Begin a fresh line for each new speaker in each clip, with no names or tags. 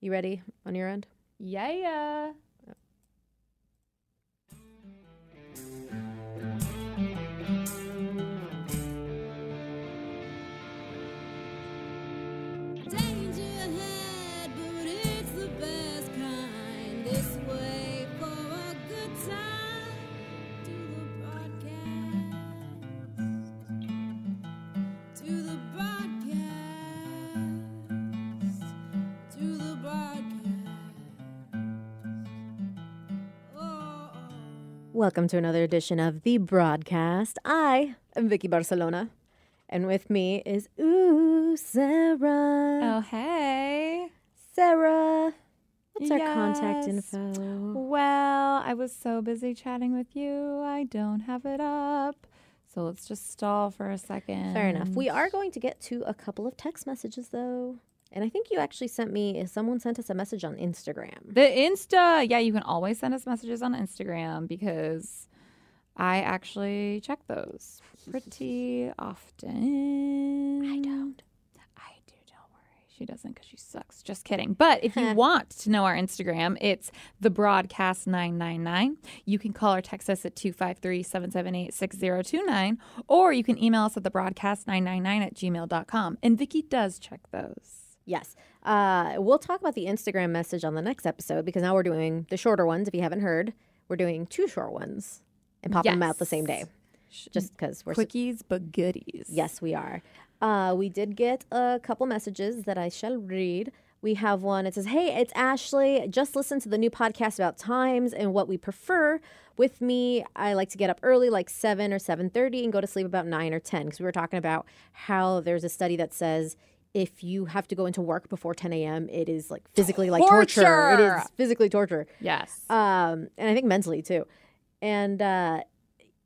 You ready on your end?
Yeah, yeah.
Danger ahead, but it's the best kind. This way for a good time. To the broadcast. To the broadcast. To the broadcast. Oh,
Welcome to another edition of The Broadcast. I am Vicky Barcelona, and with me is Ooh, Sarah.
Oh, hey.
Sarah. What's our contact
Yes.
info?
Well, I was so busy chatting with you, I don't have it up. So let's just stall for a second.
Fair enough. We are going to get to a couple of text messages though. And I think you actually sent me someone sent us a message on Instagram.
The Insta. Yeah, you can always send us messages on Instagram because I actually check those pretty often. I don't. I do. Don't worry. She doesn't because she sucks. Just kidding. But if you want to know our Instagram, it's the broadcast 999. You can call or text us at 253 778 6029, or you can email us at the broadcast 999 at gmail.com. And Vicky does check those.
Yes. Uh, we'll talk about the Instagram message on the next episode because now we're doing the shorter ones. If you haven't heard, we're doing two short ones and popping them out the same day
Yes. Sh-
just because we're.
Quickies but goodies.
Yes, we are. Uh, we did get a couple messages that I shall read. We have one. It says, Hey, it's Ashley. Just listened to the new podcast about times and what we prefer. With me, I like to get up early, like 7 or 7.30 and go to sleep about 9 or 10 because we were talking about how there's a study that says if you have to go into work before 10 a.m., it is like physically like torture. It is
Torture.
physically torture
Yes.
um, and I think mentally too. And uh,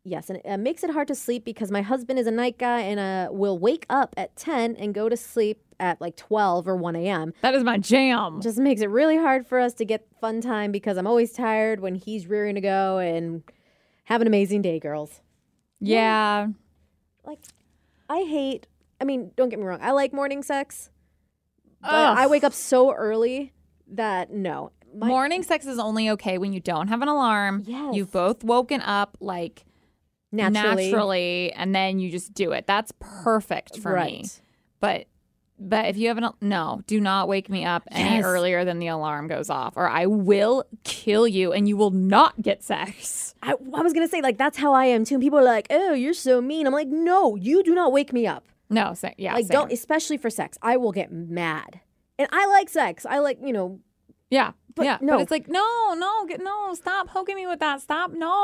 yes, and it uh, makes it hard to sleep because my husband is a night guy and uh, will wake up at ten and go to sleep at like twelve or one a.m.
that is my jam.
Just makes it really hard for us to get fun time because I'm always tired when he's rearing to go. And have an amazing day, girls.
yeah.
Like, I hate. I mean, don't get me wrong. I like morning sex, but
Ugh.
I wake up so early that no. My,
Morning sex is only okay when you don't have an alarm.
Yes.
You've both woken up like naturally,
naturally,
and then you just do it. That's perfect for
right.
me. But but if you have an al- no, do not wake me up any
Yes.
earlier than the alarm goes off, or I will kill you, and you will not get sex.
I, I was gonna say like that's how I am too. And people are like, "Oh, you're so mean." I'm like, "No, you do not wake me up.
No, sa- yeah,
like,
same.
don't, especially for sex. I will get mad. And I like sex. I like you know.
yeah,
but
yeah.
no.
But it's like no, no, get, no, stop poking me with that. Stop, no.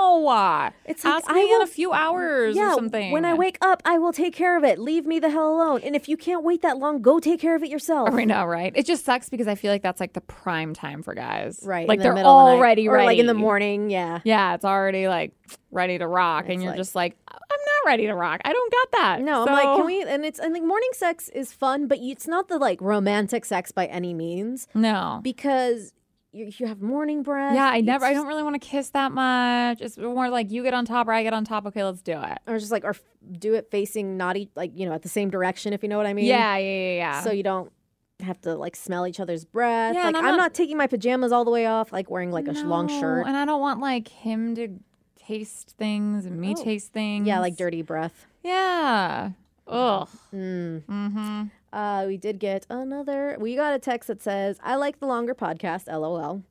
It's like,
ask
I
me in
will-
a few hours
yeah.
or something.
When I wake up, I will take care of it. Leave me the hell alone. And if you can't wait that long, go take care of it yourself.
I know, right? It just sucks because I feel like that's like the prime time for guys.
Right.
Like
in the
they're
middle of the night.
already
or
ready.
like in the morning. Yeah.
Yeah, it's already like ready to rock. and
It's
you're
like-
just like, I'm not ready to rock. I don't got that.
No, I'm like,
So-
can we? And it's I think morning sex is fun, but you, it's not the like romantic sex by any means
No.
because you, you have morning breath.
Yeah, I
it's
never, I
just-
don't really want to kiss that much. It's more like you get on top or I get on top. Okay, let's do it.
or just like or f- do it facing not e- like you know at the same direction if you know what I mean.
yeah, yeah, yeah, yeah.
So you don't have to like smell each other's breath.
Yeah,
like
and
I'm,
I'm
not,
not-
taking my pajamas all the way off, like wearing like a sh- long
No,
shirt.
And I don't want like him to taste things and me
Oh.
taste things.
Yeah, like dirty breath.
Yeah. Ugh.
Mm.
Mm-hmm.
Uh, we did get another. We got a text that says, "I like the longer podcast." LOL.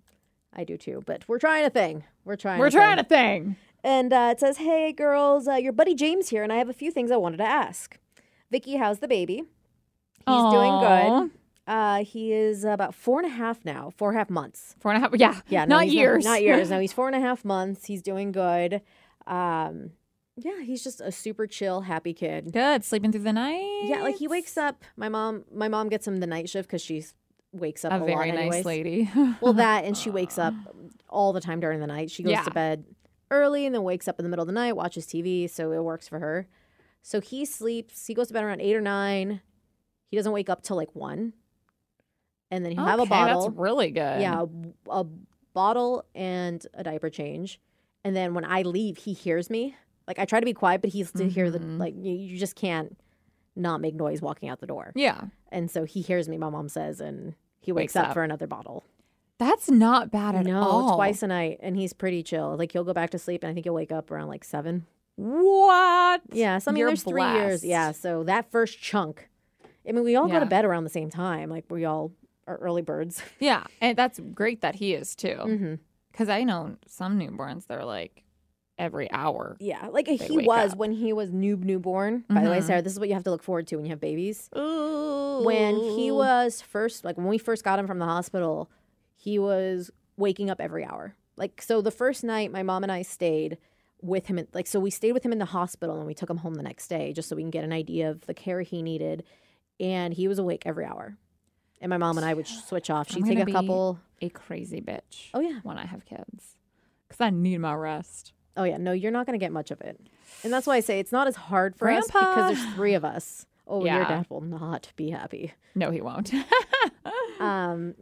I do too, but we're trying a thing. We're trying.
We're
a thing.
trying a thing.
And uh, it says, Hey girls, uh, your buddy James here, and I have a few things I wanted to ask. Vicky, how's the baby? He's
Aw.
doing good. Uh, he is about four and a half now, four and a half months.
Four and a half. Yeah.
Yeah, no,
Not
he's
years.
Not, years. No, he's four and a half months. He's doing good. Um, yeah, he's just a super chill, happy kid.
Good. Sleeping through the night.
Yeah, like he wakes up. My mom, my mom gets him the night shift because she wakes up a,
A very
lot
nice
anyways.
lady.
Well, that and she wakes up all the time during the night. She goes
Uh-huh. Yeah.
to bed early and then wakes up in the middle of the night, watches TV, so it works for her. So he sleeps. He goes to bed around eight or nine. He doesn't wake up till like one, and then he'll have a
Okay, that's
bottle.
really good.
Yeah, a, a bottle and a diaper change. And then when I leave, he hears me. Like I try to be quiet, but he's to hear the
Mhm.
like you, you just can't not make noise walking out the door.
Yeah.
And so he hears me. My mom says, and he he wakes,
Wakes
up,
up.
for another bottle.
That's not bad at
no,
all.
twice a night, and he's pretty chill. Like he'll go back to sleep, and I think he'll wake up around like seven.
What?
Yeah, so I mean,
You're
there's three years.
blessed.
Yeah, so that first chunk. I mean, we all go to
Yeah.
bed around the same time. Like we all are early birds.
Yeah, and that's great that he is too.
hmm
Because I know some newborns they're like every hour.
Yeah, like he
wake
was
up.
when he was noob newborn. By the way,
Mhm.
Sarah, this is what you have to look forward to when you have babies.
Ooh.
when he was first like when we first got him from the hospital he was waking up every hour like so the first night my mom and i stayed with him in, like so we stayed with him in the hospital and we took him home the next day just so we can get an idea of the care he needed and he was awake every hour and my mom and i would sh- switch off
I'm
she'd take
gonna
a
be-
couple
a crazy bitch.
oh yeah
When I have kids, because I need my rest.
oh yeah no you're not going to get much of it and that's why i say it's not as hard for us because
Grandpa.
there's three of us oh your
Yeah.
dad will not be happy
No, he won't. Hmm.
Um,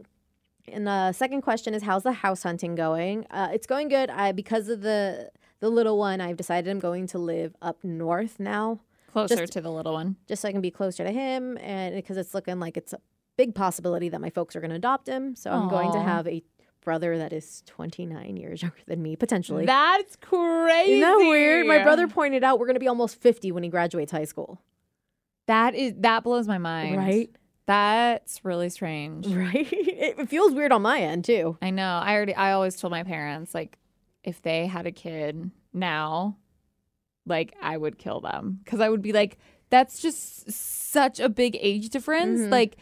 and the second question is, how's the house hunting going? Uh, it's going good. I because of the the little one, I've decided I'm going to live up north now,
Closer to the little one.
just so I can be closer to him, and because it's looking like it's a big possibility that my folks are going to adopt him. So I'm going to
Aw.
have a brother that is 29 years younger than me potentially.
That's crazy.
Isn't that weird? My brother pointed out we're going to be almost 50 when he graduates high school.
That is that blows my mind.
Right? Mm.
That's really strange.
Right? It feels weird on my end too.
I know. I already. I always told my parents like, if they had a kid now, like I would kill them because I would be like, that's just s- such a big age difference.
Mhm.
Like,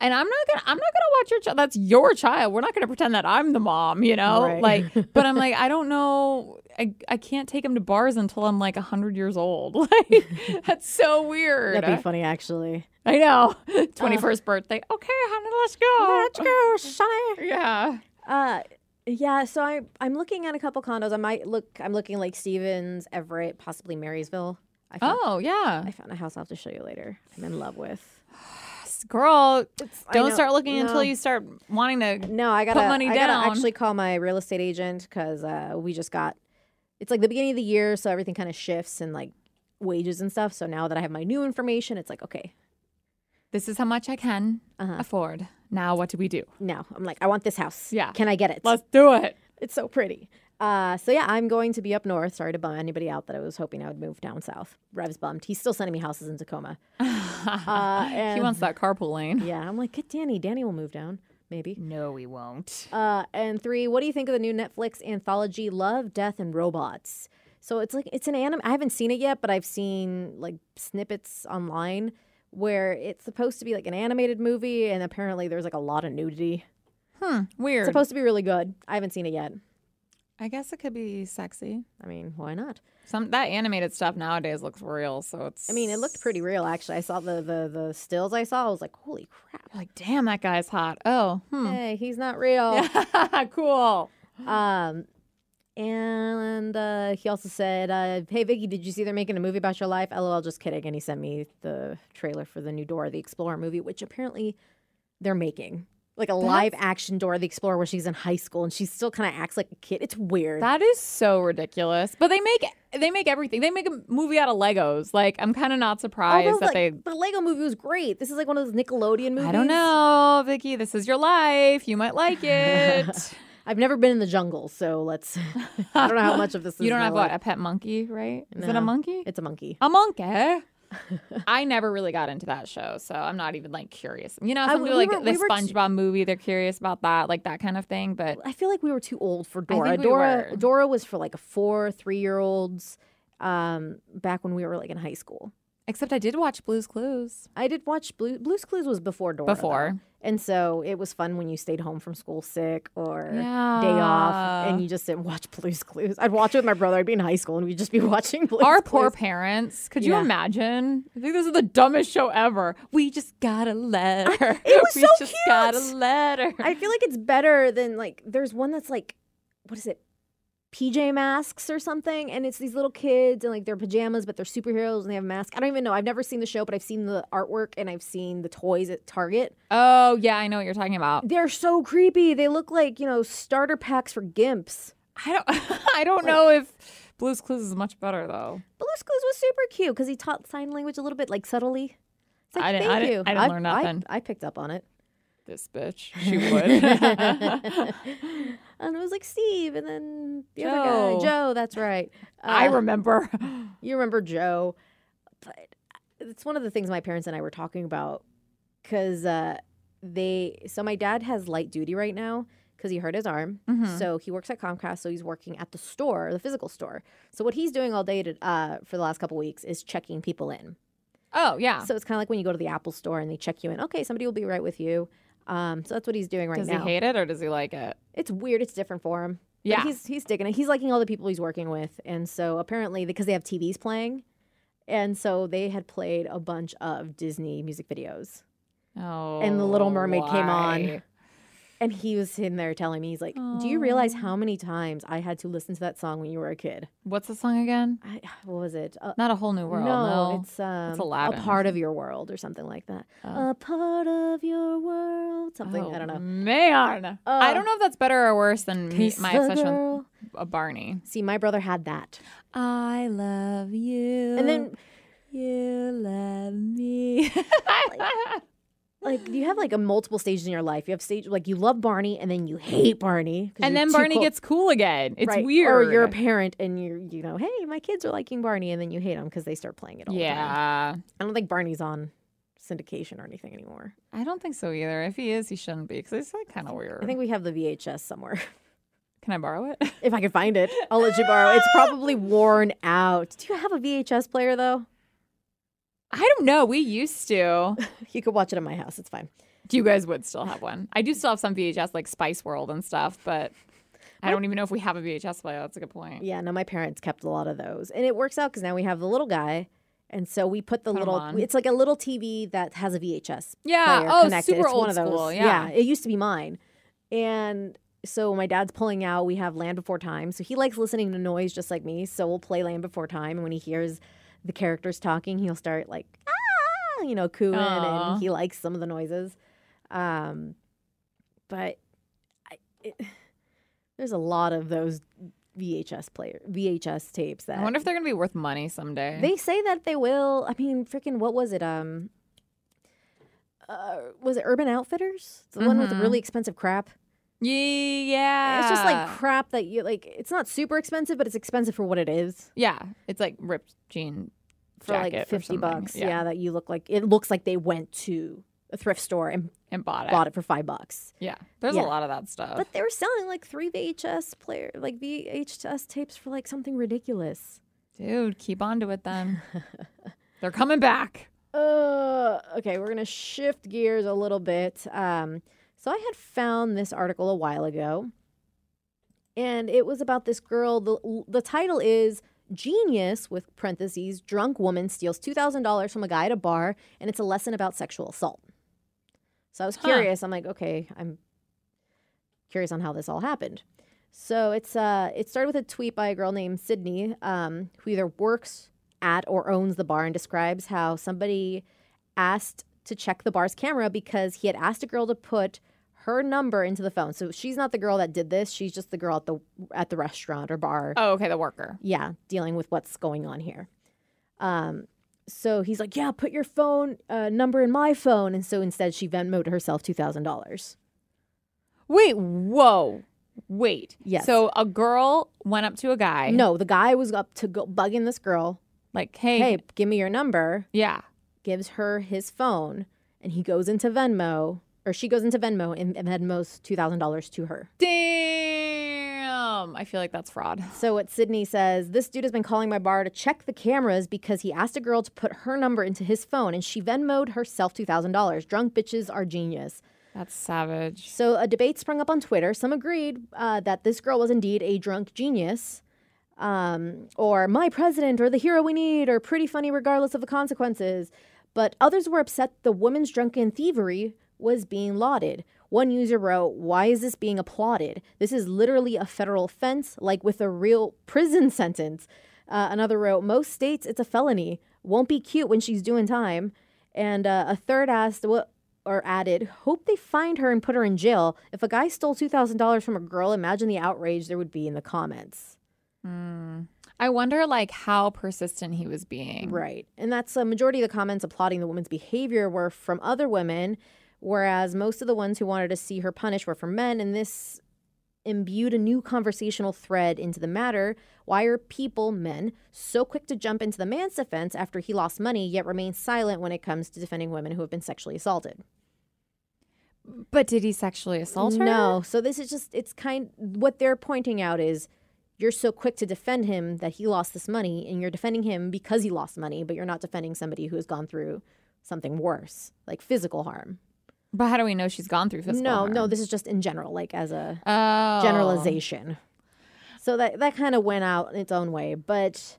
and I'm not gonna. I'm not gonna watch your child. That's your child. We're not gonna pretend that I'm the mom. You know,
Right.
like. But I'm like, I don't know. I I can't take him to bars until I'm like hundred years old. Like, that's so weird.
That'd be funny actually.
I know. Twenty first birthday. Okay, honey, let's go.
Uh, Let's go, Sonny.
Yeah.
Uh, yeah. So I I'm looking at a couple condos. I might look. I'm looking like Stevens, Everett, possibly Marysville. I found,
Oh yeah.
I found a house. I'll have to show you later. I'm in love with.
Yes, girl.
I
Don't
know-
start looking
no.
until you start wanting to.
No, I gotta.
money
I gotta
down.
actually call my real estate agent because uh, we just got. It's like the beginning of the year, so everything kind of shifts and like wages and stuff. So now that I have my new information, it's like okay,
This is how much I can
Uh-huh.
afford. Now, what do we do?
now I'm like I want this house.
Yeah.
can I get it?
Let's do it.
it's so pretty. Uh, so yeah, I'm going to be up north. Sorry to bum anybody out that I was hoping I would move down south. Rev's bummed. He's still sending me houses in Tacoma.
he
Uh, and-
Uh-huh. wants that carpool lane.
Yeah, I'm like, get Danny. Danny will move down, maybe.
No, we won't.
Uh, and three, what do you think of the new Netflix anthology, Love, Death, and Robots? So it's like it's an anime. I haven't seen it yet, but I've seen like snippets online where it's supposed to be like an animated movie, and apparently there's like a lot of nudity.
Hmm. Weird.
It's supposed to be really good. I haven't seen it yet.
I guess it could be sexy.
I mean, why not?
Some that animated stuff nowadays looks real, so it's.
I mean, it looked pretty real actually. I saw the the the stills I saw. I was like, holy crap!
You're like, damn, that guy's hot. Oh, hmm.
Hey, he's not real.
cool.
Um, and uh, he also said, uh, "Hey Vicky, did you see they're making a movie about your life?" LOL, just kidding. And he sent me the trailer for the new Dora the Explorer movie, which apparently they're making like a live action Dora the Explorer where she's in high school and she still kind of acts like a kid. It's weird.
That is so ridiculous. But they make they make everything. They make a movie out of Legos. Like I'm kind of not surprised
Although,
that
like,
they
the Lego movie was great. This is like one of those Nickelodeon movies.
I don't know, Vicky. This is your life. You might like it.
I've never been in the jungle, so let's. I don't know how much of this. is
you don't
my
have what
life.
a pet monkey, right? Is it
No.
a monkey?
It's a monkey.
a monkey. I never really got into that show, so I'm not even like curious. You know,
I-
some people
we
like
were-
the
we were t-
SpongeBob movie, they're curious about that, like that kind of thing. But
I feel like we were too old for
think
Dora.
we
Dora
were.
Dora was for like a four, three year olds um, back when we were like in high school.
except I did watch Blue's Clues.
I did watch Blue, Blue's Clues was before Dora. though.
Before.
and so it was fun when you stayed home from school sick or day off
Yeah.
and you just sit and watch Blue's Clues. I'd watch it with my brother. I'd be in high school and we'd just be watching Blue's
Our
Clues.
poor parents. Could you
Yeah.
imagine? I think this is the dumbest show ever. We just got a letter.
It was
we
so
just got a
cute.
letter.
I feel like it's better than like there's one that's like what is it? PJ masks or something, and it's these little kids and like their pajamas, but they're superheroes and they have masks. I don't even know. I've never seen the show, but I've seen the artwork and I've seen the toys at Target.
oh yeah, I know what you're talking about.
They're so creepy. They look like you know starter packs for gimps.
I don't. I don't know if Blue's Clues is much better though.
Blue's Clues was super cute because he taught sign language a little bit, like subtly. It's like,
I didn't-
thank
I didn't-
you.
I didn't learn
I-
nothing.
I, picked up on it.
this bitch. She would.
and it was like Steve, and then the other
Joe.
guy, Joe. That's right.
I
Uh,
remember.
you remember Joe, but it's one of the things my parents and I were talking about because uh, they. So my dad has light duty right now because he hurt his arm.
Mhm.
So he works at Comcast, so he's working at the store, the physical store. So what he's doing all day to, uh, for the last couple weeks is checking people in.
Oh yeah.
So it's kind of like when you go to the Apple store and they check you in. Okay, somebody will be right with you. Um, so that's what he's doing right
does
now.
he hate it or does he like it?
it's weird. It's different for him. But
Yeah.
he's he's digging it. He's liking all the people he's working with, and so apparently because they have TVs playing, and so they had played a bunch of Disney music videos,
Oh.
The Little Mermaid came on.
why?
and he was sitting there telling me, he's like, "Do you realize how many times I had to listen to that song when you were a kid?
What's the song again?
I, what was it? Uh,
Not a whole new world.
no,
No,
it's um,
Aladdin
a
or
part of your world or something like that.
Oh.
A part of your world, something
Oh,
I don't know.
Man, I
Uh,
don't know if that's better or worse than me,
Kiss
my
the
obsession with
girl.
a Barney.
See, my brother had that,
I love you,
and then
you love me.
like you have like a multiple stages in your life. You have stage like you love Barney and then you hate Barney, 'cause
and
you're
then
too
Barney
cool-
gets cool again. It's
right,
weird.
Or you're a parent and you're you know, hey, my kids are liking Barney, and then you hate them because they start playing it all. the time.
yeah.
I don't think Barney's on syndication or anything anymore.
I don't think so either. If he is, he shouldn't be because it's like kind of weird.
I think we have the VHS somewhere.
Can I borrow it?
if I can find it, I'll let you borrow. it. It's probably worn out. Do you have a VHS player though?
I don't know. We used to.
You could watch it at my house. It's fine.
You guys would still have one. I do still have some VHS like Spice World and stuff, but I don't even know if we have a VHS player. That's a good point.
Yeah, no, my parents kept a lot of those, and it works out because now we have the little guy, and so we put the
Put 'em
little.
on.
It's like a little TV that has a VHS.
Yeah.
player
oh,
connected.
super
it's
old
one of those.
school.
yeah,
Yeah.
it used to be mine, and so my dad's pulling out. We have Land Before Time, so he likes listening to noise just like me. So we'll play Land Before Time, and when he hears the characters talking, he'll start like ah, you know, cooing,
Aw.
and he likes some of the noises. Um, but I, it, there's a lot of those VHS player VHS tapes that
I wonder if they're gonna be worth money someday.
they say that they will. I mean, freaking, what was it? Um, uh, was it Urban Outfitters? The one with the
Mhm.
really expensive crap.
Ye- yeah.
It's just like crap that you like. It's not super expensive, but it's expensive for what it is.
yeah, it's like ripped jean
For
jacket or
like fifty
something.
bucks, yeah. that you look like it looks like they went to a thrift store and
and bought it.
bought it for five bucks.
Yeah, there's
Yeah.
a lot of that stuff.
But they were selling like three VHS player, like VHS tapes for like something ridiculous.
Dude, keep on to it then. they're coming back.
Uh, okay, we're gonna shift gears a little bit. Um, so I had found this article a while ago, and it was about this girl. the The title is "Genius" with parentheses. Drunk woman steals two thousand dollars from a guy at a bar, and it's a lesson about sexual assault. So I was
Huh.
curious. I'm like, okay, I'm curious on how this all happened. So it's uh, it started with a tweet by a girl named Sydney, um, who either works at or owns the bar and describes how somebody asked to check the bar's camera because he had asked a girl to put her number into the phone. So she's not the girl that did this; she's just the girl at the at the restaurant or bar
Oh, okay, the worker.
yeah, dealing with what's going on here. Um, so he's like, yeah, put your phone uh, number in my phone. And so instead, she Venmoed herself $2,000.
Wait, whoa, wait.
Yes.
So a girl went up to a guy.
No, the guy was up to go bugging this girl.
like hey,
Hey, give me your number.
yeah,
Gives her his phone. And he goes into Venmo, or she goes into Venmo and and Venmo's $2,000 to her.
damn. I feel like that's fraud.
So what Sydney says, this dude has been calling my bar to check the cameras because he asked a girl to put her number into his phone and she Venmoed herself $2,000. Drunk bitches are genius.
That's savage.
So a debate sprung up on Twitter. Some agreed uh, that this girl was indeed a drunk genius, um, or my president, or the hero we need, or pretty funny regardless of the consequences. But others were upset the woman's drunken thievery was being lauded. One user wrote, Why is this being applauded? This is literally a federal offense, like with a real prison sentence. Uh, another wrote, Most states it's a felony. Won't be cute when she's doing time. And uh, a third asked, What? or added, hope they find her and put her in jail. If a guy stole $2,000 from a girl, imagine the outrage there would be in the comments.
Hmm. I wonder like how persistent he was being.
Right. And that's a majority of the comments applauding the woman's behavior were from other women whereas most of the ones who wanted to see her punished were for men, and this imbued a new conversational thread into the matter. Why are people, men, so quick to jump into the man's defense after he lost money, yet remain silent when it comes to defending women who have been sexually assaulted?
But did he sexually assault her?
No. So this is just it's kind what they're pointing out is you're so quick to defend him that he lost this money and you're defending him because he lost money, but you're not defending somebody who has gone through something worse, like physical harm.
But how do we know she's gone through physical
no,
harm?
no, this is just in general, like as a
oh.
generalization. So that that kind of went out in its own way, but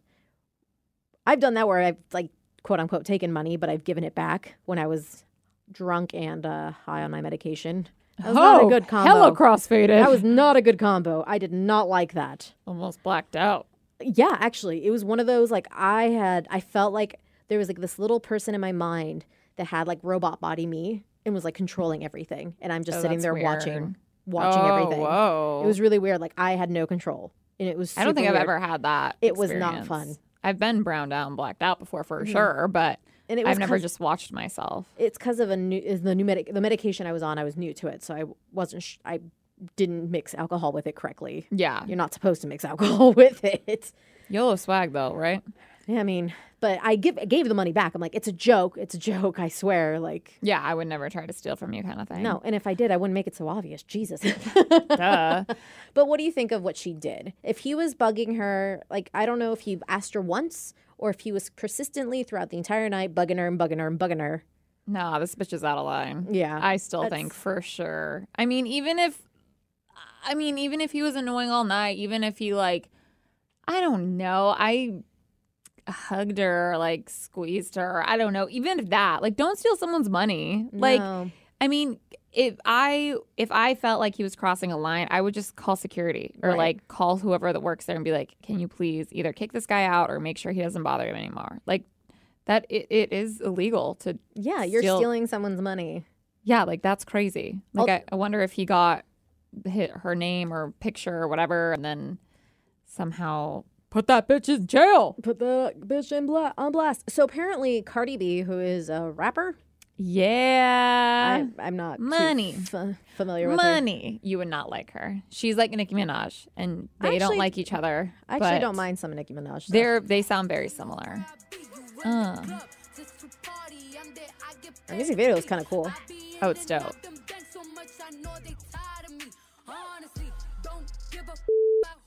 I've done that where I've like quote unquote taken money, but I've given it back when I was drunk and uh, high on my medication. That was not a
Oh,
good combo.
Hello, crossfaded.
That was not a good combo. I did not like that.
almost blacked out.
Yeah, actually, it was one of those like I had I felt like there was like this little person in my mind that had like robot body me and was like controlling everything and I'm just
Oh,
sitting
that's
there
weird.
watching watching
oh,
everything.
Whoa.
It was really weird like I had no control and it was
I don't think
super
I've
weird.
ever had that.
It was not
experience.
fun.
I've been browned out and blacked out before for sure, but
and it was
I've never
'cause-
just watched myself.
it's cuz of a new is the new medic the medication I was on I was new to it so I wasn't sh- I didn't mix alcohol with it correctly.
Yeah.
You're not supposed to mix alcohol with it.
Yellow swag though, right?
Yeah, I mean, but I give gave the money back. I'm like, it's a joke. It's a joke. I swear. Like,
Yeah, I would never try to steal from you kind of thing.
no. And if I did, I wouldn't make it so obvious. Jesus.
Duh.
but what do you think of what she did? If he was bugging her, like, I don't know if he asked her once or if he was persistently throughout the entire night bugging her and bugging her and bugging her.
no, this bitch is out of line.
Yeah.
I still
That's-
think for sure. I mean, even if I mean, even if he was annoying all night, even if he like I don't know, I hugged her, like squeezed her. I don't know. Even if that, like don't steal someone's money. Like
No.
I mean, if I if I felt like he was crossing a line, I would just call security or
Right.
like call whoever that works there and be like, "Can you please either kick this guy out or make sure he doesn't bother him anymore?" Like that it, it is illegal to
yeah, you're
steal-
stealing someone's money.
Yeah, like that's crazy. Like
Al-
I, I wonder if he got hit her name or picture or whatever and then somehow put that bitch in jail.
Put the bitch in bla- on blast. So apparently, Cardi B, who is a rapper,
Yeah.
I, I'm not too
money.
fa- familiar with her.
Money. You would not like her. She's like Nicki Minaj, and they don't
Actually-
like each other.
I actually
but
don't mind some Nicki Minaj. Stuff.
They're they sound very similar. Uh.
Her music video is kind of cool.
Oh, it's dope.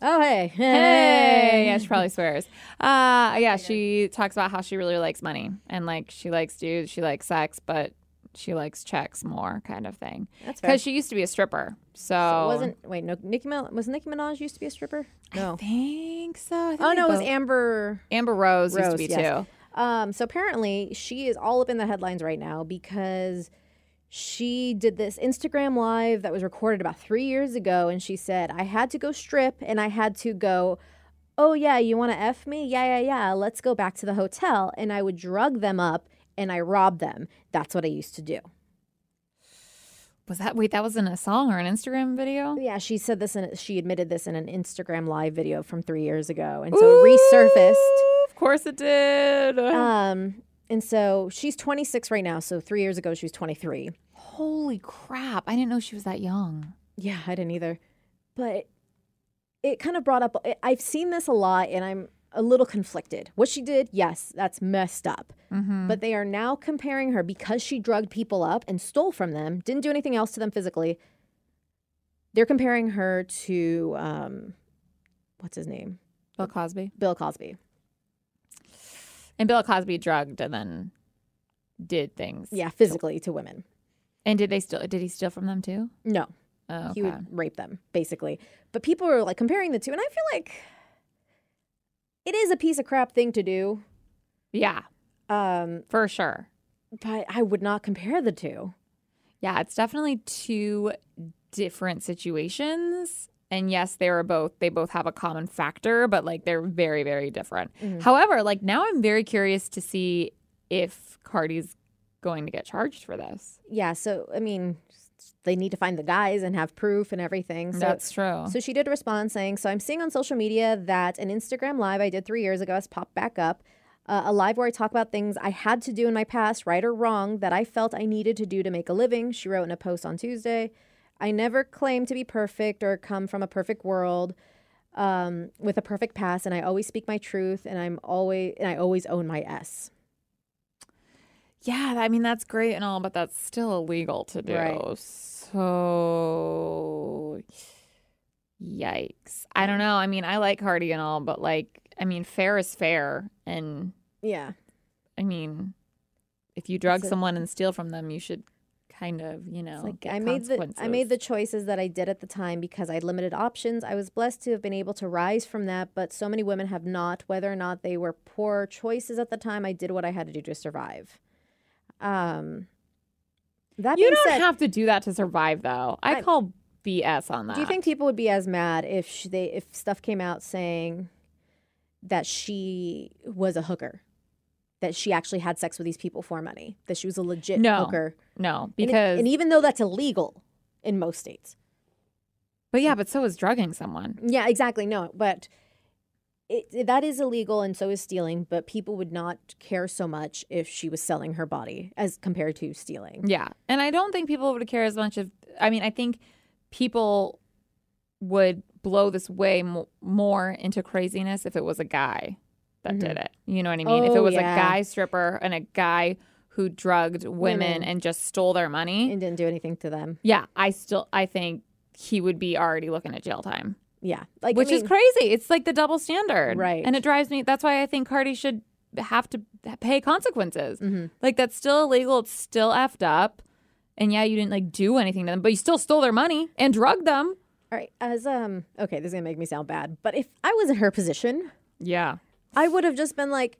Oh hey,
Hey, yeah, she probably swears. Uh, yeah, she talks about how she really likes money and like she likes dudes, she likes sex, but she likes checks more, kind of thing.
That's fair.
Because she used to be a stripper, so,
So it wasn't wait no Nicki Min- was Nicki Minaj used to be a stripper? No.
I think so. I think
Oh
they
no, it was
both-
Amber.
Amber Rose, used to
Rose,
be
yes.
too.
Um, so apparently she is all up in the headlines right now because she did this Instagram live that was recorded about three years ago, and she said I had to go strip and I had to go. Oh yeah, you want to f me? Yeah yeah yeah. Let's go back to the hotel, and I would drug them up and I robbed them. That's what I used to do.
Was that wait? That was in a song or an Instagram video?
Yeah, she said this, and she admitted this in an Instagram live video from three years ago, and so it
Ooh, Of course it did.
resurfaced. Um, and so she's 26 right now. So three years ago, she was 23.
Holy crap! I didn't know she was that young.
Yeah, I didn't either, but it kind of brought up. I- I've seen this a lot, and I'm a little conflicted. What she did, yes, that's messed up.
Mm-hmm.
But they are now comparing her because she drugged people up and stole from them, didn't do anything else to them physically. They're comparing her to um, what's his name,
Bill Cosby.
Bill Cosby.
And Bill Cosby drugged and then did things.
Yeah, physically to women.
And did they steal? Did he steal from them too?
No,
Oh,
he would rape them basically. But people are like comparing the two, and I feel like it is a piece of crap thing to do.
yeah,
Um,
for sure.
but I would not compare the two.
Yeah, it's definitely two different situations. And yes, they were both. They both have a common factor, but like they're very, very different. However, like now I'm very curious to see if Cardi's going to get charged for this.
Yeah, so I mean, they need to find the guys and have proof and everything. So
That's true.
So she did respond saying, So I'm seeing on social media that an Instagram live I did three years ago has popped back up. uh, a live where I talk about things I had to do in my past, right or wrong, that I felt I needed to do to make a living, she wrote in a post on Tuesday. I never claim to be perfect or come from a perfect world um, with a perfect past, and I always speak my truth, and I'm always and I always own my s.
Yeah, I mean that's great and all, but that's still illegal to do.
Right.
So yikes. I don't know. I mean, I like Hardy and all, but like I mean, fair is fair and
Yeah,
I mean, if you drug
It's a-
someone and steal from them, you should kind of, you know,
It's like
get
I made the I made
consequences.
the choices that I did at the time because I had limited options. I was blessed to have been able to rise from that, but so many women have not, whether or not they were poor choices at the time. I did what I had to do to survive. Um, that
You
being
don't
said,
have to do that to survive, though. I,
I-
call BS on that.
do you think people would be as mad if sh they if stuff came out saying that she was a hooker, that she actually had sex with these people for money, that she was a legit
No,
hooker,
no?
And it-
Because
and even though that's illegal in most states.
but yeah, but so is drugging someone.
Yeah, exactly. No, but it, it- that is illegal, and so is stealing. But people would not care so much if she was selling her body as compared to stealing.
Yeah. And I don't think people would care as much if, I mean, I think people would blow this way mo- more into craziness if it was a guy that did it. You know what I mean? if it
Mm-hmm. Oh,
was
yeah.
a guy stripper and a guy who drugged women,
Women.
and just stole their money.
And didn't do anything to them.
yeah. I still, I think he would be already looking at jail time,
Yeah, like I
which is
mean,
crazy. It's like the double standard.
Right.
And it drives me, that's why I think Cardi should have to pay consequences.
mhm.
Like that's still illegal. It's still effed up. And yeah, you didn't like do anything to them, but you still stole their money and drugged them.
All right, as um, okay, this is gonna make me sound bad, but if I was in her position,
Yeah.
I would have just been like,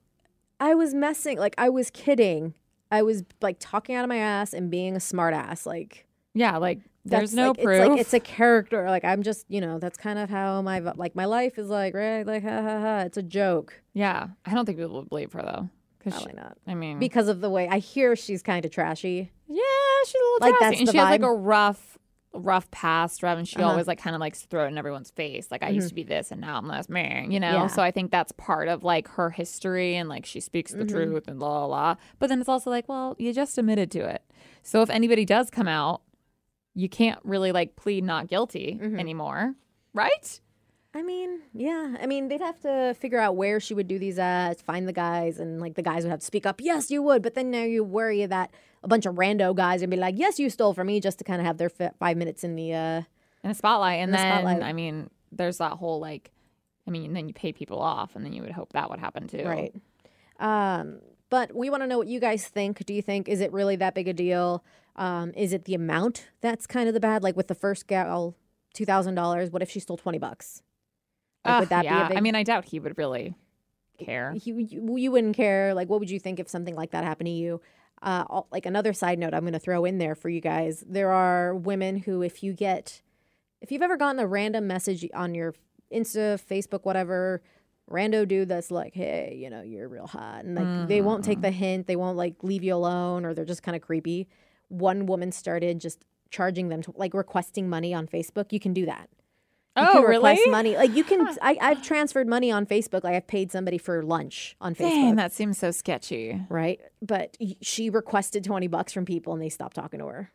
I was messing, like I was kidding, I was like talking out of my ass and being a smartass. Like
Yeah, like there's
that's,
no
like,
proof.
It's like it's a character. Like I'm just, you know, that's kind of how my like my life is like, right? Like ha ha ha. It's a joke.
yeah. I don't think people would believe her though. Cause she,
Probably not.
I mean,
Because of the way I hear she's kind of trashy.
yeah, she's a little
Like,
drowsy.
that's
and
the
she has like
vibe.
a rough, rough past, right? And she
Uh-huh. Mm-hmm.
always like kind of likes to throw it in everyone's face. Like I used to be this and now I'm this man, you know?
Yeah.
So I think that's part of like her history and like she speaks the
Mm-hmm.
truth and la la la. But then it's also like, well, you just admitted to it. So if anybody does come out, you can't really like plead not guilty
Mm-hmm.
anymore, right?
I mean, yeah. I mean, they'd have to figure out where she would do these at, find the guys, and like the guys would have to speak up. Yes, you would. But then now you worry that a bunch of rando guys would be like, yes, you stole from me, just to kind of have their fi- five minutes in the. uh
In the spotlight. And
the
then,
spotlight.
I mean, there's that whole like, I mean, then you pay people off and then you would hope that would happen too.
Right. Um, but we want to know what you guys think. Do you think is it really that big a deal? Um, is it the amount that's kind of the bad? Like with the first gal, two thousand dollars. What if she stole twenty bucks? Like,
Ugh,
would that
yeah.
be a big?
I mean, I doubt he would really care.
you, you you wouldn't care. Like, what would you think if something like that happened to you? Uh, al- like another side note, I'm going to throw in there for you guys. There are women who, if you get, if you've ever gotten a random message on your Insta, Facebook, whatever, rando dude that's like, hey, you know, you're real hot, and like they won't take the hint, they won't like leave you alone, or they're just kind of creepy. One woman started just charging them to like requesting money on Facebook. You can do that. You
Oh,
can
really?
request money. Like you can I, I've transferred money on Facebook. Like I've paid somebody for lunch on Facebook.
Dang, that seems so sketchy.
Right. But y- she requested 20 bucks from people and they stopped talking to her.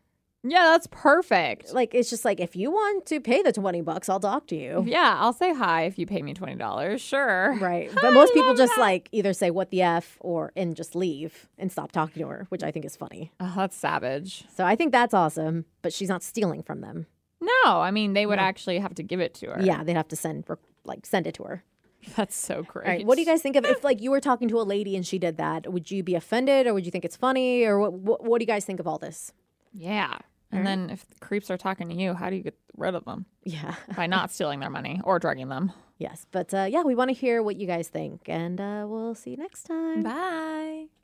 Yeah, that's perfect.
Like it's just like if you want to pay the 20 bucks, I'll talk to you.
Yeah, I'll say hi if you pay me twenty dollars. Sure.
Right. But most people just like either say what the F or and just leave and stop talking to her, which I think is funny.
Oh, that's savage.
So I think that's awesome, but she's not stealing from them.
No, I mean they would actually have to give it to her.
Yeah, they'd have to send re- like send it to her.
that's so great.
All right. What do you guys think of if like you were talking to a lady and she did that? Would you be offended or would you think it's funny or what what, what do you guys think of all this?
Yeah. And then if the creeps are talking to you, how do you get rid of them?
Yeah.
By not stealing their money or drugging them.
Yes. But uh, yeah, we want to hear what you guys think and uh, we'll see you next time.
Bye.